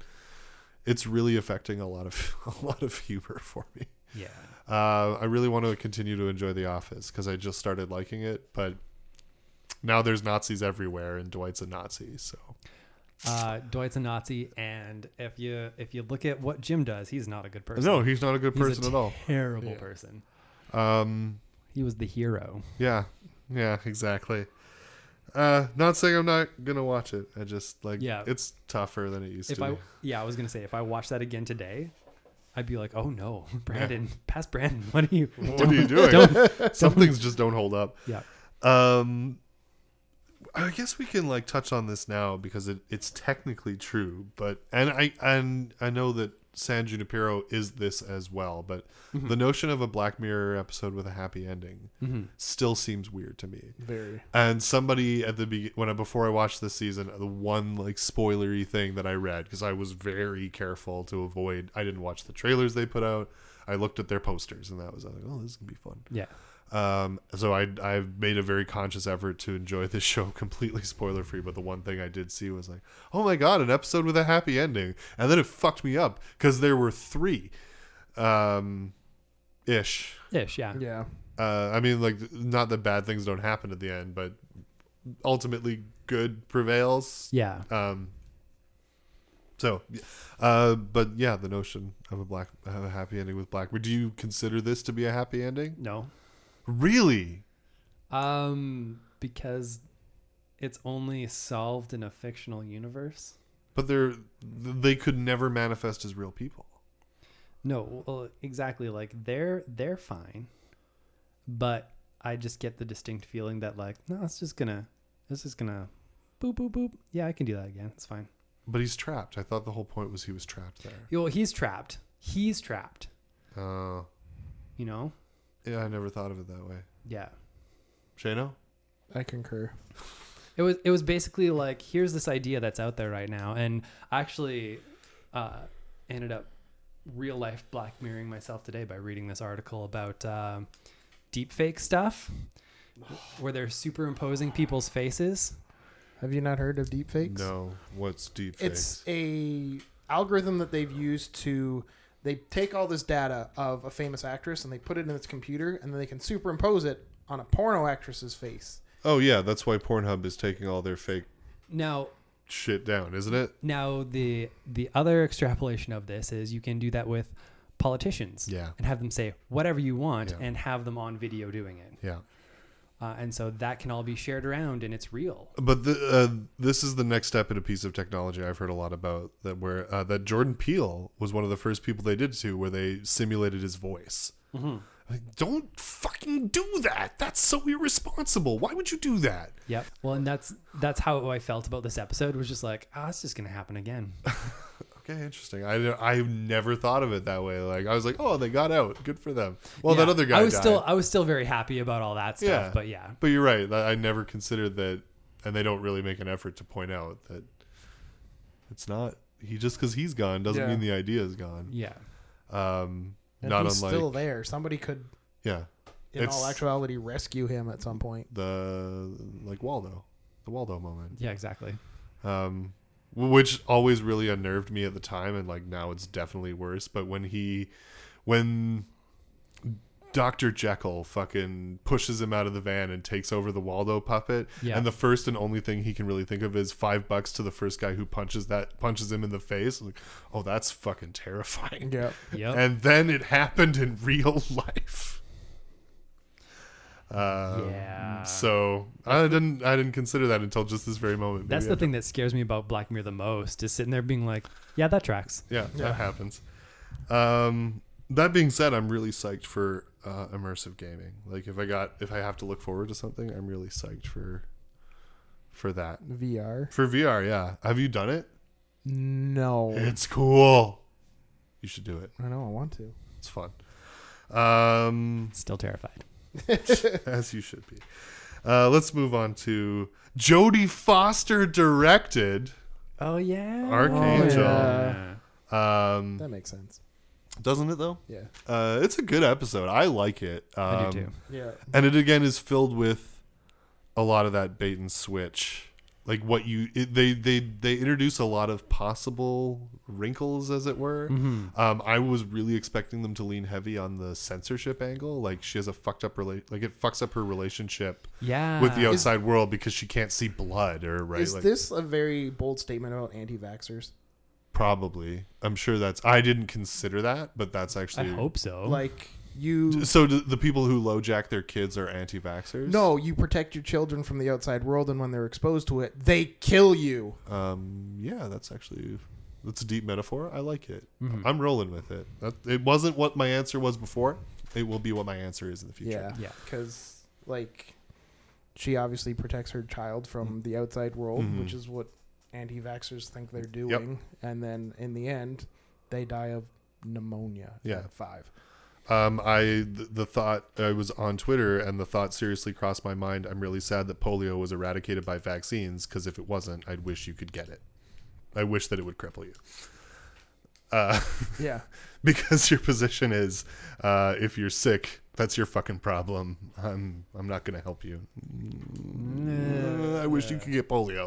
A: it's really affecting a lot of a lot of humor for me.
E: Yeah.
A: Uh, I really want to continue to enjoy The Office because I just started liking it, but now there's Nazis everywhere, and Dwight's a Nazi, so
E: Uh, Dwight's a Nazi, and if you if you look at what Jim does, he's not a good person.
A: no, he's not a good
E: He's a
A: person at all.
E: terrible person.
A: Um,
E: He was the hero.
A: yeah, yeah, exactly. Uh, not saying I'm not gonna watch it. I just like
E: Yeah.
A: it's tougher than it used
E: If
A: to.
E: I
A: be.
E: yeah, I was gonna say if I watched that again today, I'd be like, oh no, Brandon, past Brandon, what are you?
A: What are you doing? Some things just don't hold up.
E: Yeah,
A: Um, I guess we can like touch on this now because it, it's technically true, but and I and I know that San Junipero is this as well, but the notion of a Black Mirror episode with a happy ending still seems weird to me.
B: Very.
A: And somebody at the be- when I, before I watched this season, the one like spoilery thing that I read because I was very careful to avoid. I didn't watch the trailers they put out. I looked at their posters, and that was I was like, oh, this is gonna be fun.
E: yeah.
A: Um, so I I've made a very conscious effort to enjoy this show completely spoiler free. But the one thing I did see was like, oh my god, an episode with a happy ending, and then it fucked me up because there were three, um, ish.
E: Ish, yeah.
B: Yeah.
A: Uh, I mean, like, not that bad things don't happen at the end, but ultimately good prevails.
E: Yeah.
A: Um. So, uh, but yeah, the notion of a black of a happy ending with black. Do you consider this to be a happy ending?
E: No.
A: Really?
E: Um, because it's only solved in a fictional universe.
A: But they're they could never manifest as real people.
E: No, well, exactly. Like they're they're fine, but I just get the distinct feeling that like no, it's just gonna, it's just gonna, boop boop boop. Yeah, I can do that again. It's fine.
A: But he's trapped. I thought the whole point was he was trapped there.
E: Yo, he's trapped. He's trapped.
A: Oh,
E: You know.
A: yeah, I never thought of it that way.
E: Yeah.
A: Shano?
B: I concur.
E: It was it was basically like here's this idea that's out there right now, and I actually uh, ended up real life black mirroring myself today by reading this article about um, deep fake stuff, where they're superimposing people's faces.
B: Have you not heard of deepfakes?
A: No, what's deep
B: It's
A: fakes?
B: a algorithm that they've used to they take all this data of a famous actress and they put it in its computer and then they can superimpose it on a porno actress's face.
A: Oh yeah, that's why Pornhub is taking all their fake
E: Now,
A: shit down, isn't it?
E: now the the other extrapolation of this is you can do that with politicians
A: Yeah.
E: and have them say whatever you want
A: Yeah.
E: and have them on video doing it.
A: Yeah.
E: Uh, and so that can all be shared around and it's real.
A: But the, uh, this is the next step in a piece of technology I've heard a lot about that where uh, that Jordan Peele was one of the first people they did to where they simulated his voice. Like, don't fucking do that. That's so irresponsible. Why would you do that?
E: Yep. Well, and that's that's how I felt about this episode was just like, ah, it's just going to happen again.
A: Okay, interesting. I I never thought of it that way. Like I was like, oh, they got out. Good for them. Well, that
E: Yeah.
A: other guy.
E: I was
A: died.
E: still I was still very happy about all that stuff,
A: Yeah.
E: but yeah.
A: But you're right. I I never considered that, and they don't really make an effort to point out that it's not he just because he's gone doesn't
B: Yeah.
A: mean the idea is gone.
E: Yeah.
A: Um,
B: And
A: not
B: he's
A: unlike
B: still there. Somebody could,
A: yeah,
B: in all
A: It's-
B: actuality, rescue him at some point.
A: the like Waldo, the Waldo moment,
E: Yeah, exactly.
A: um, which always really unnerved me at the time, and like now it's definitely worse. But when he, when Dr. Jekyll fucking pushes him out of the van and takes over the Waldo puppet.
E: Yeah.
A: And the first and only thing he can really think of is five bucks to the first guy who punches that punches him in the face. Like, oh, that's fucking terrifying.
B: Yeah.
E: Yep.
A: And then it happened in real life. Uh,
E: Yeah.
A: So I didn't I didn't consider that until just this very moment.
E: That's
A: Maybe
E: the
A: I-
E: thing that scares me about Black Mirror the most is sitting there being like, yeah, that tracks.
A: Yeah, that happens. Um, that being said, I'm really psyched for uh, immersive gaming. Like if I got if I have to look forward to something, I'm really psyched for for that.
B: VR.
A: For VR, yeah. Have you done it?
B: No.
A: It's cool. You should do it.
B: I know. I want to.
A: It's fun. Um,
E: Still terrified.
A: as you should be. Uh, let's move on to Jodie Foster directed
E: Oh yeah. Oh,
A: Archangel.
B: Oh, yeah.
A: Um,
B: That makes sense.
A: doesn't it though?
B: Yeah.
A: Uh, it's a good episode. I like it. Um,
E: I do too.
B: Yeah.
A: and it again is filled with a lot of that bait and switch like what you it, they they they introduce a lot of possible wrinkles as it were
E: Mm. Mm-hmm.
A: um, i was really expecting them to lean heavy on the censorship angle like she has a fucked up relate like it fucks up her relationship
E: Yeah.
A: with the outside world because she can't see blood or right
B: Is
A: like
B: this a very bold statement about anti-vaxxers?
A: probably i'm sure that's i didn't consider that but that's
E: I
A: actually
E: hope so.
B: Like you
A: so do the people who lowjack their kids are anti-vaxxers
B: No, you protect your children from the outside world and when they're exposed to it, they kill you.
A: um yeah that's actually that's a deep metaphor i like it
E: Mm-hmm.
A: i'm rolling with it that, it wasn't what my answer was before it will be what my answer is in the future
B: Yeah.
E: Yeah.
B: Cuz like she obviously protects her child
A: Mm-hmm.
B: from the outside world, which is what anti-vaxxers think they're doing, and then in the end they die of pneumonia.
A: Yeah.
B: at 5.
A: um i th- the thought i was on twitter and the thought seriously crossed my mind i'm really sad that polio was eradicated by vaccines because if it wasn't i'd wish you could get it i wish that it would cripple you uh
B: Yeah.
A: because your position is uh if you're sick that's your fucking problem i'm i'm not gonna help you Uh, I wish you could get polio.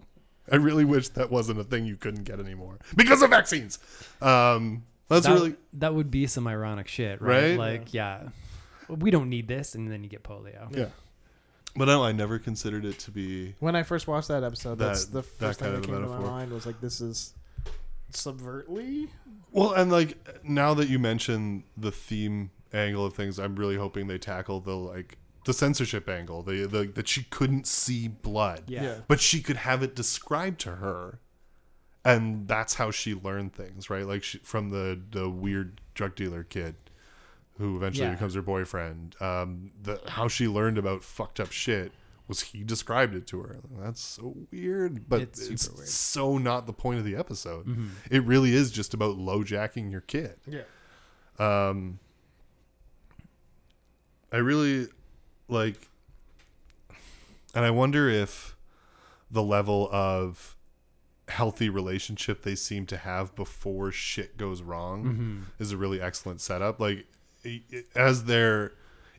A: I really wish that wasn't a thing you couldn't get anymore because of vaccines. Um, that's
E: that,
A: really
E: that would be some ironic shit, right?
A: Right?
E: Like, yeah. We don't need this, and then you get polio.
A: yeah. But no, I never considered it to be.
B: When I first watched that episode, that's
A: That-
B: the
A: that
B: first thing
A: kind of
B: that came to my
A: metaphor.
B: mind was like this is subvertly
A: Well, and like now that you mention the theme angle of things, I'm really hoping they tackle the like the censorship angle, the, the that she couldn't see blood.
E: Yeah.
B: Yeah.
A: but she could have it described to her and that's how she learned things right like she, from the the weird drug dealer kid who eventually
E: Yeah.
A: becomes her boyfriend um the how she learned about fucked up shit was he described it to her that's so weird but
E: It's
A: it's,
E: super weird. Mm-hmm.
A: so not the point of the episode it really is just about lowjacking your kid
B: Yeah.
A: um i really like and i wonder if the level of healthy relationship they seem to have before shit goes wrong
E: Mm-hmm.
A: is a really excellent setup like i- i- as they're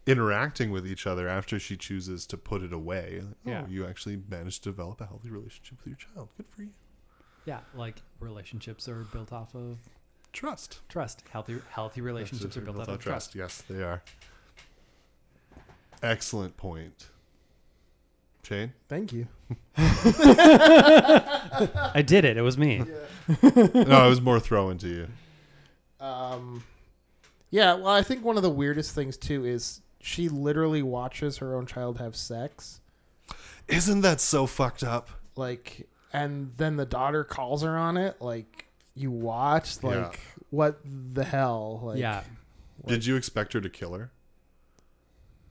A: interacting with each other after she chooses to put it away like, oh,
E: Yeah.
A: you actually managed to develop a healthy relationship with your child good for you
E: Yeah, like relationships are built off of
A: trust
E: trust. Healthy healthy relationships are built, off of trust.
A: Yes, they are. Excellent point. Shane?
B: Thank you.
E: I did it. It was me.
A: No, I was more throwing to you.
B: Um, yeah, well, I think one of the weirdest things too is she literally watches her own child have sex,
A: Isn't that so fucked up?
B: like, and then the daughter calls her on it. Like, you watched, like, what the hell? Like,
E: yeah.
A: Did you expect her to kill her?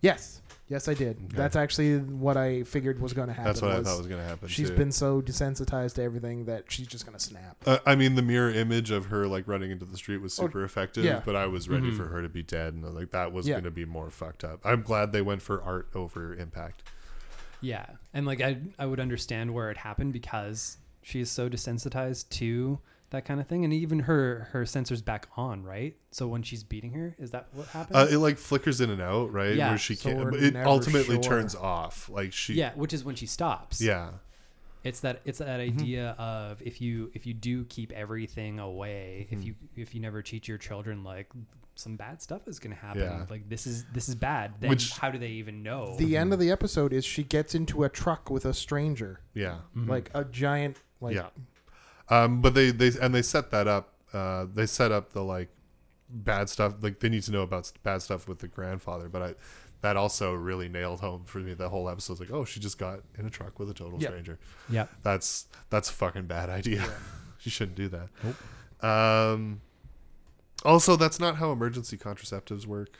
B: Yes, yes, I did. That's actually what I figured was going to happen.
A: That's what I
B: was
A: thought was going to happen.
B: She's
A: too.
B: been so desensitized to everything that she's just going to snap.
A: Uh, I mean, the mirror image of her like running into the street was
B: Oh,
A: super effective,
B: yeah.
A: but I was ready for her to be dead, and like that was
B: Yeah.
A: going to be more fucked up. I'm glad they went for art over impact.
E: Yeah. And like I I would understand where it happened because she is so desensitized to that kind of thing and even her her sensors back on, right? So when she's beating her, is that what happens?
A: Uh, it like flickers in and out, right?
E: Yeah,
A: Where she
B: so
A: can't.
B: we're
A: but It
B: never
A: ultimately
B: sure.
A: turns off. Like she.
E: yeah, which is when she stops.
A: Yeah.
E: It's that it's that
A: Mm-hmm.
E: idea of if you if you do keep everything away,
A: Mm-hmm.
E: if you if you never teach your children like some bad stuff is going to happen.
A: Yeah.
E: Like this is this is bad. Then
A: Which-
E: how do they even know?
B: The end of the episode is she gets into a truck with a stranger,
A: Yeah.
E: Mm-hmm.
B: like a giant, like,
A: yeah. Um, but they they and they set that up. Uh, they set up the like bad stuff. Like they need to know about s- bad stuff with the grandfather. But I, that also really nailed home for me. The whole episode's like, oh, she just got in a truck with a total
B: Yeah.
A: stranger.
E: yeah.
A: That's that's a fucking bad idea. you shouldn't do that. Um, also, that's not how emergency contraceptives work.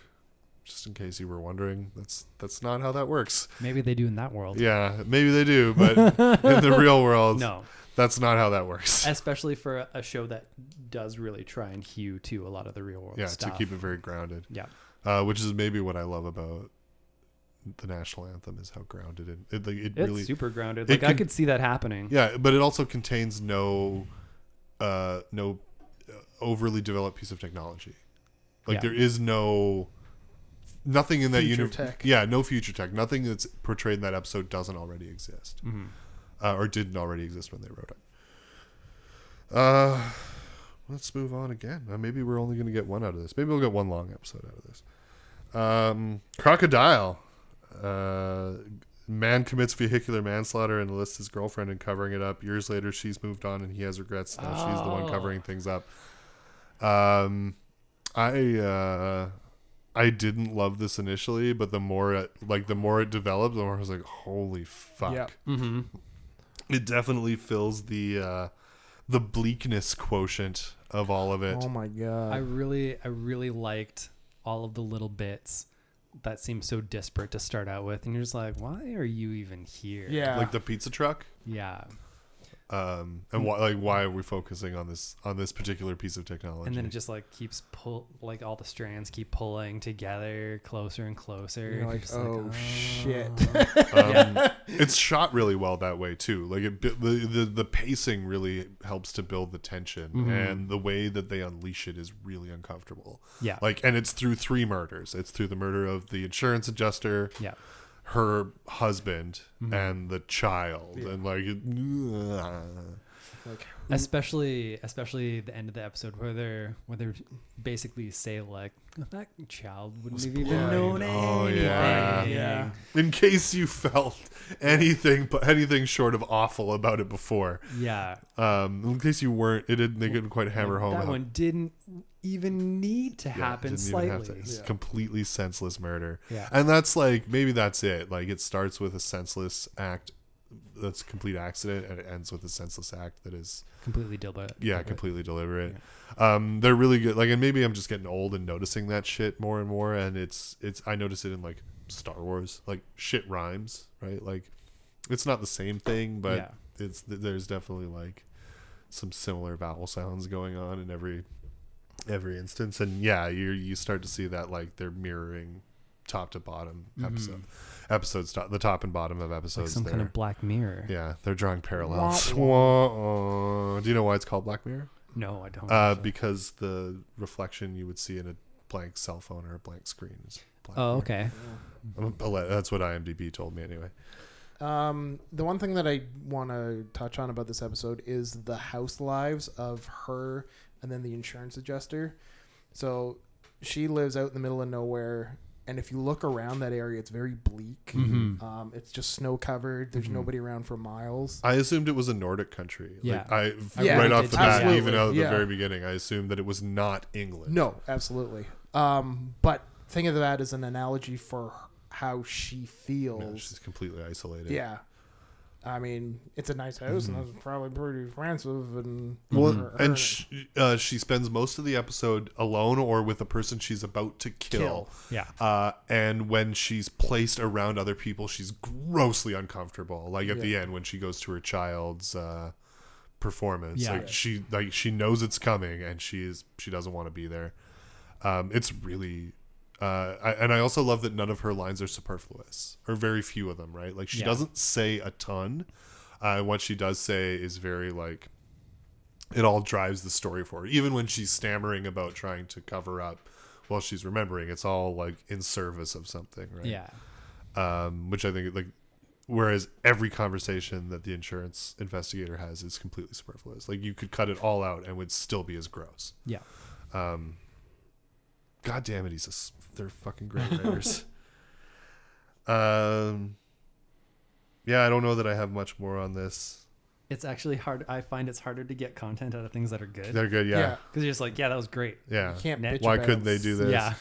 A: Just in case you were wondering, that's that's not how that works.
E: Maybe they do in that world.
A: Yeah, maybe they do, but in the real world,
E: No.
A: that's not how that works.
E: especially for a- a show that does really try and hew to a lot of the real world
A: yeah,
E: stuff.
A: to keep it very grounded,
E: yeah,
A: uh, which is maybe what I love about the national anthem is how grounded it it, like, it
E: it's
A: really
E: super grounded.
A: it
E: Like I
A: can-
E: could see that happening.
A: Yeah, but it also contains no, uh, no uh, overly developed piece of technology. Like
E: Yeah.
A: there is no, nothing in that
B: Future
A: uni-
B: tech.
A: Yeah, no future tech. Nothing that's portrayed in that episode doesn't already exist,
E: Mm-hmm.
A: uh, or didn't already exist when they wrote it. Uh, let's move on again. Uh, maybe we're only going to get one out of this. Maybe we'll get one long episode out of this. Um, crocodile. Uh, man commits vehicular manslaughter and enlists his girlfriend in covering it up. Years later, she's moved on and he has regrets. Now she's the one
E: Oh.
A: covering things up. Um, I uh, I didn't love this initially, but the more it, like the more it developed, the more I was like, holy fuck!
B: Yeah.
E: Mm-hmm.
A: It definitely fills the uh, the bleakness quotient of all of it.
B: oh my God.
E: I really, I really liked all of the little bits that seem so disparate to start out with, and you're just like, why are you even here?
B: yeah.
A: Like the pizza truck.
E: yeah.
A: um, and why like why are we focusing on this on this particular piece of technology?
E: And then it just like keeps pull, like all the strands keep pulling together closer and closer.
B: You're
E: and
B: like,
E: just
B: oh, shit.
A: um, it's shot really well that way too. Like it, bu- the, the the pacing really helps to build the tension,
E: Mm-hmm.
A: and the way that they unleash it is really uncomfortable.
E: Yeah.
A: like and it's through three murders. It's through the murder of the insurance adjuster,
E: yeah.
A: her husband,
E: Mm-hmm.
A: and the child, and like. it-
B: Mm.
E: especially especially the end of the episode where they're where they basically say like that child wouldn't have even
A: blind.
E: known
A: Oh,
E: anything.
A: yeah.
B: Yeah.
A: In case you felt anything but anything short of awful about it before,
E: Yeah.
A: Um, in case you weren't, it didn't. They couldn't quite hammer home.
E: that
A: how-
E: one didn't even need to
A: yeah, it
E: happen
A: didn't even
E: slightly.
A: have to- Uh, It's completely senseless murder.
E: Yeah.
A: and that's like maybe that's it. Like it starts with a senseless act that's a complete accident, and it ends with a senseless act that is
E: Completely deliberate.
A: yeah, completely deliberate. Um, they're really good. Like, and maybe I'm just getting old and noticing that shit more and more. And it's it's I notice it in like Star Wars. Like shit rhymes, right? Like it's not the same thing, but
E: Yeah.
A: it's th- there's definitely like some similar vowel sounds going on in every every instance. And yeah, you you start to see that like they're mirroring top to bottom episode episodes to- the top and bottom of
E: Mm-hmm. Like
A: episodes
E: some
A: there.
E: kind of black mirror.
A: yeah, they're drawing parallels. Wah, uh, Do you know why it's called Black Mirror?
E: No, I don't.
A: Uh,
E: actually.
A: because the reflection you would see in a blank cell phone or a blank screen is black.
E: oh, okay.
A: I'm a- I'll let- that's what IMDb told me anyway.
B: Um, the one thing that I want to touch on about this episode is the house lives of her and then the insurance adjuster. So she lives out in the middle of nowhere And if you look around that area, it's very bleak. Um, it's just snow covered. There's nobody around for miles.
A: I assumed it was a Nordic country. Like,
E: Yeah.
A: I
B: Yeah,
A: right
B: I
A: off
B: did
A: the
B: too.
A: bat, even
B: Absolutely,
A: out of the
B: yeah.
A: very beginning, I assumed that it was not England.
B: No, absolutely. Um, but think of that as an analogy for how she feels.
A: No, she's completely isolated.
B: yeah. I mean, it's a nice house and it's probably pretty expensive. And
A: Mm-hmm. Well,
B: or- or-
A: and sh uh, she spends most of the episode alone or with a person she's about to kill.
B: Kill.
E: Yeah.
A: Uh, and when she's placed around other people, she's grossly uncomfortable. Like at the end when she goes to her child's uh, performance,
E: Yeah.
A: like she like she knows it's coming and she is she doesn't want to be there. Um, it's really. Uh, I, and I also love that none of her lines are superfluous, or very few of them. Right, like she
E: Yeah.
A: doesn't say a ton. Uh, what she does say is very like it all drives the story forward. Even when she's stammering about trying to cover up while she's remembering, it's all like in service of something, right?
E: Yeah.
A: Um, which I think like whereas every conversation that the insurance investigator has is completely superfluous. Like you could cut it all out and would still be as gross.
E: Yeah.
A: God damn it, he's a, s- they're fucking great writers. um, yeah, I don't know that I have much more on this.
E: It's actually hard. I find it's harder to get content out of things that are good
A: They're good,
B: yeah.
A: yeah,
E: because you're just like, yeah, that was great.
A: yeah.
B: You can't
E: Net-
B: bitch
A: Why
B: about
A: couldn't they do this?
E: Yeah.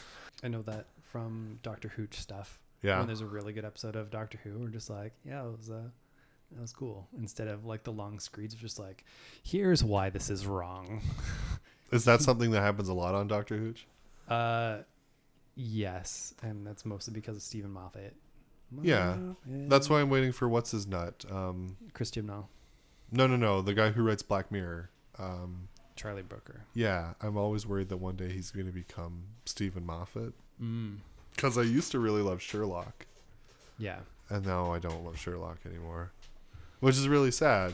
E: I know that from Doctor Hooch stuff.
A: Yeah.
E: When there's a really good episode of Doctor Who, we're just like, yeah, it was uh, that was cool. Instead of like the long screeds of just like, here's why this is wrong.
A: Is that something that happens a lot on Doctor Hooch?
E: Uh, yes, and that's mostly because of Stephen Moffat.
A: Yeah.
E: Moffat.
A: That's why I'm waiting for what's his nut. Um,
E: Chris Chibnall,
A: no, no, no, the guy who writes Black Mirror. Um,
E: Charlie Brooker.
A: yeah, I'm always worried that one day he's going to become Stephen Moffat
E: Mm.
A: because I used to really love Sherlock,
E: Yeah.
A: and now I don't love Sherlock anymore, which is really sad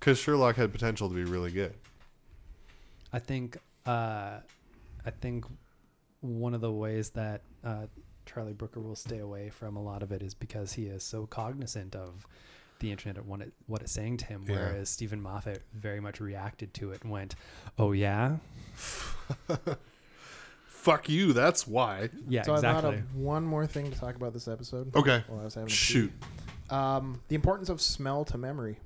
A: because Sherlock had potential to be really good.
E: I think uh, I think one of the ways that uh, Charlie Brooker will stay away from a lot of it is because he is so cognizant of the internet and what, it, what it's saying to him,
A: Yeah.
E: whereas Stephen Moffat very much reacted to it and went, "Oh yeah,
A: Fuck you, that's why.
E: yeah,
B: So I thought
E: exactly."
B: of one more thing to talk about this episode.
A: Okay.
B: While I was having a pee.
A: Shoot.
B: Um, the importance of smell to memory.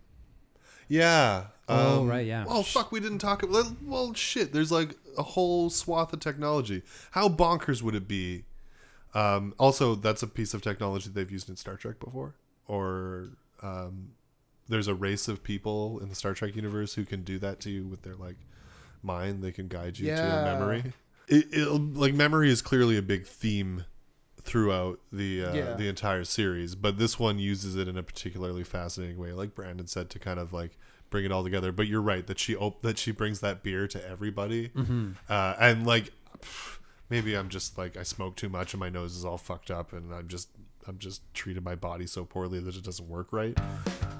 A: Yeah. um,
E: Oh, right, yeah.
A: Well, fuck, we didn't talk about. Well, shit. There's like a whole swath of technology. How bonkers would it be? Um, also, that's a piece of technology they've used in Star Trek before. Or um, there's a race of people in the Star Trek universe who can do that to you with their like mind. They can guide you to a
B: Yeah.
A: memory. It, it'll, like memory is clearly a big theme throughout the uh,
B: Yeah.
A: the entire series, but this one uses it in a particularly fascinating way, like Brandon said, to kind of like bring it all together. But you're right that she op- that she brings that beer to everybody, uh, and like pff, maybe I'm just like I smoke too much and my nose is all fucked up, and I'm just I'm just treated my body so poorly that it doesn't work right.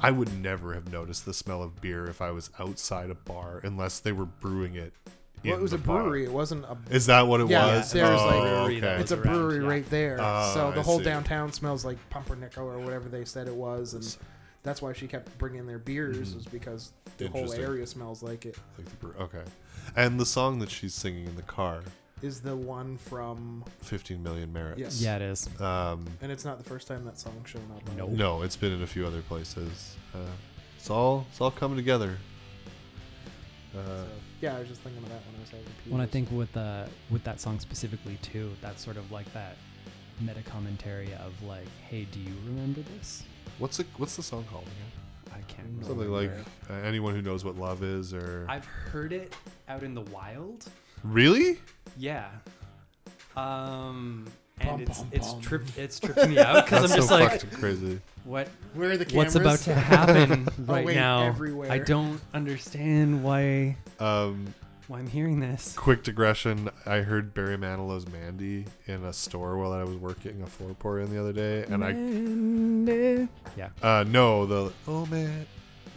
A: I would never have noticed the smell of beer if I was outside a bar unless they were brewing it.
B: Well,
A: in
B: it was
A: the
B: a
A: bar.
B: brewery. It wasn't a.
A: Is that what it
B: Yeah,
A: was?
B: there's,
A: Oh,
B: like,
E: brewery that
A: okay.
B: It's a
E: around,
B: brewery
E: yeah.
B: right there.
A: Oh,
B: so the
A: I
B: whole
A: see.
B: downtown smells like pumpernickel or whatever they said it was, and that's why she kept bringing their beers was because the whole
A: Mm-hmm. Interesting.
B: area smells like it.
A: Like the brew- okay. And the song that she's singing in the car,
B: Is the one from
A: 15 million merits.
B: yes,
E: yeah, it is.
A: Um,
B: and it's not the first time that song's shown up.
E: Nope.
A: no, it's been in a few other places. Uh, it's all it's all coming together. Uh,
B: So, yeah, I was just thinking of that when I was having pee.
E: When I think with uh, with that song specifically too, that's sort of like that meta commentary of like, "Hey, do you remember this?"
A: what's it, what's the song called again?
E: I can't. Remember.
A: Something like uh, anyone who knows what love is, or
E: I've heard it out in the wild.
A: really?
E: Yeah. Um, and
B: Bum,
E: it's
B: bum,
E: it's
B: bum.
E: trip it's tripping me out because
A: That's
E: I'm just
A: so
E: like,
A: fucked crazy.
E: what Oh,
B: where are the cameras? Oh,
E: what's about to happen right
B: wait,
E: now?
B: everywhere.
E: I don't understand why
A: Um,
E: why I'm hearing this.
A: quick digression. I heard Barry Manilow's "Mandy" in a store while I was working a floor pour in the other day, and I
E: Mandy. yeah,
A: Uh, no, the oh man,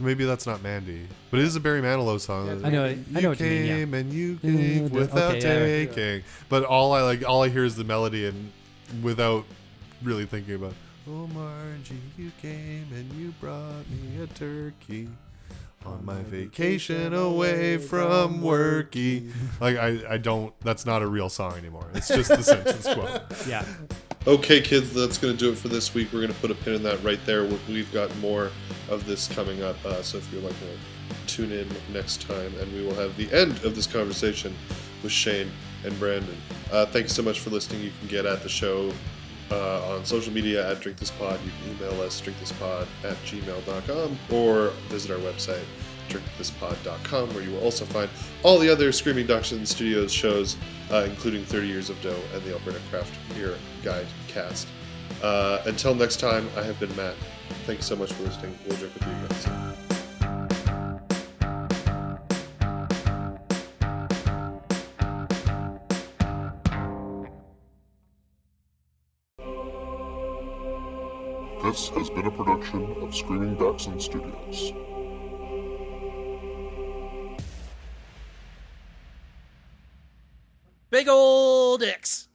A: maybe that's not Mandy, but it is a Barry Manilow song.
B: Yeah,
E: I know it. I know
A: you
E: what you mean. Yeah.
A: came and you
E: Yeah, yeah,
A: gave
E: yeah,
A: without
E: okay,
B: yeah.
A: taking. But all I like, all I hear is the melody, and without really thinking about. Oh Margie, you came and you brought me a turkey on my vacation away from worky. Like I, I don't. That's not a real song anymore. It's just the Simpsons quote.
E: Yeah.
A: Okay, kids, that's going to do it for this week. We're going to put a pin in that right there. We- We've got more of this coming up. Uh, so if you're liking it, tune in next time, and we will have the end of this conversation with Shane and Brandon. Uh, thanks so much for listening. You can get at the show uh, on social media at Drink This Pod. You can email us drinkthispod at gmail.com or visit our website, drinkthispod.com, where you will also find all the other Screaming Duction Studios shows, uh, including 30 Years of Dough and the Alberta Craft Beer Guide cast. Uh, until next time, I have been Matt. Thanks so much for listening. We'll drink with you again soon.
F: This has been a production of Screaming Dachshund Studios.
C: Big old dicks.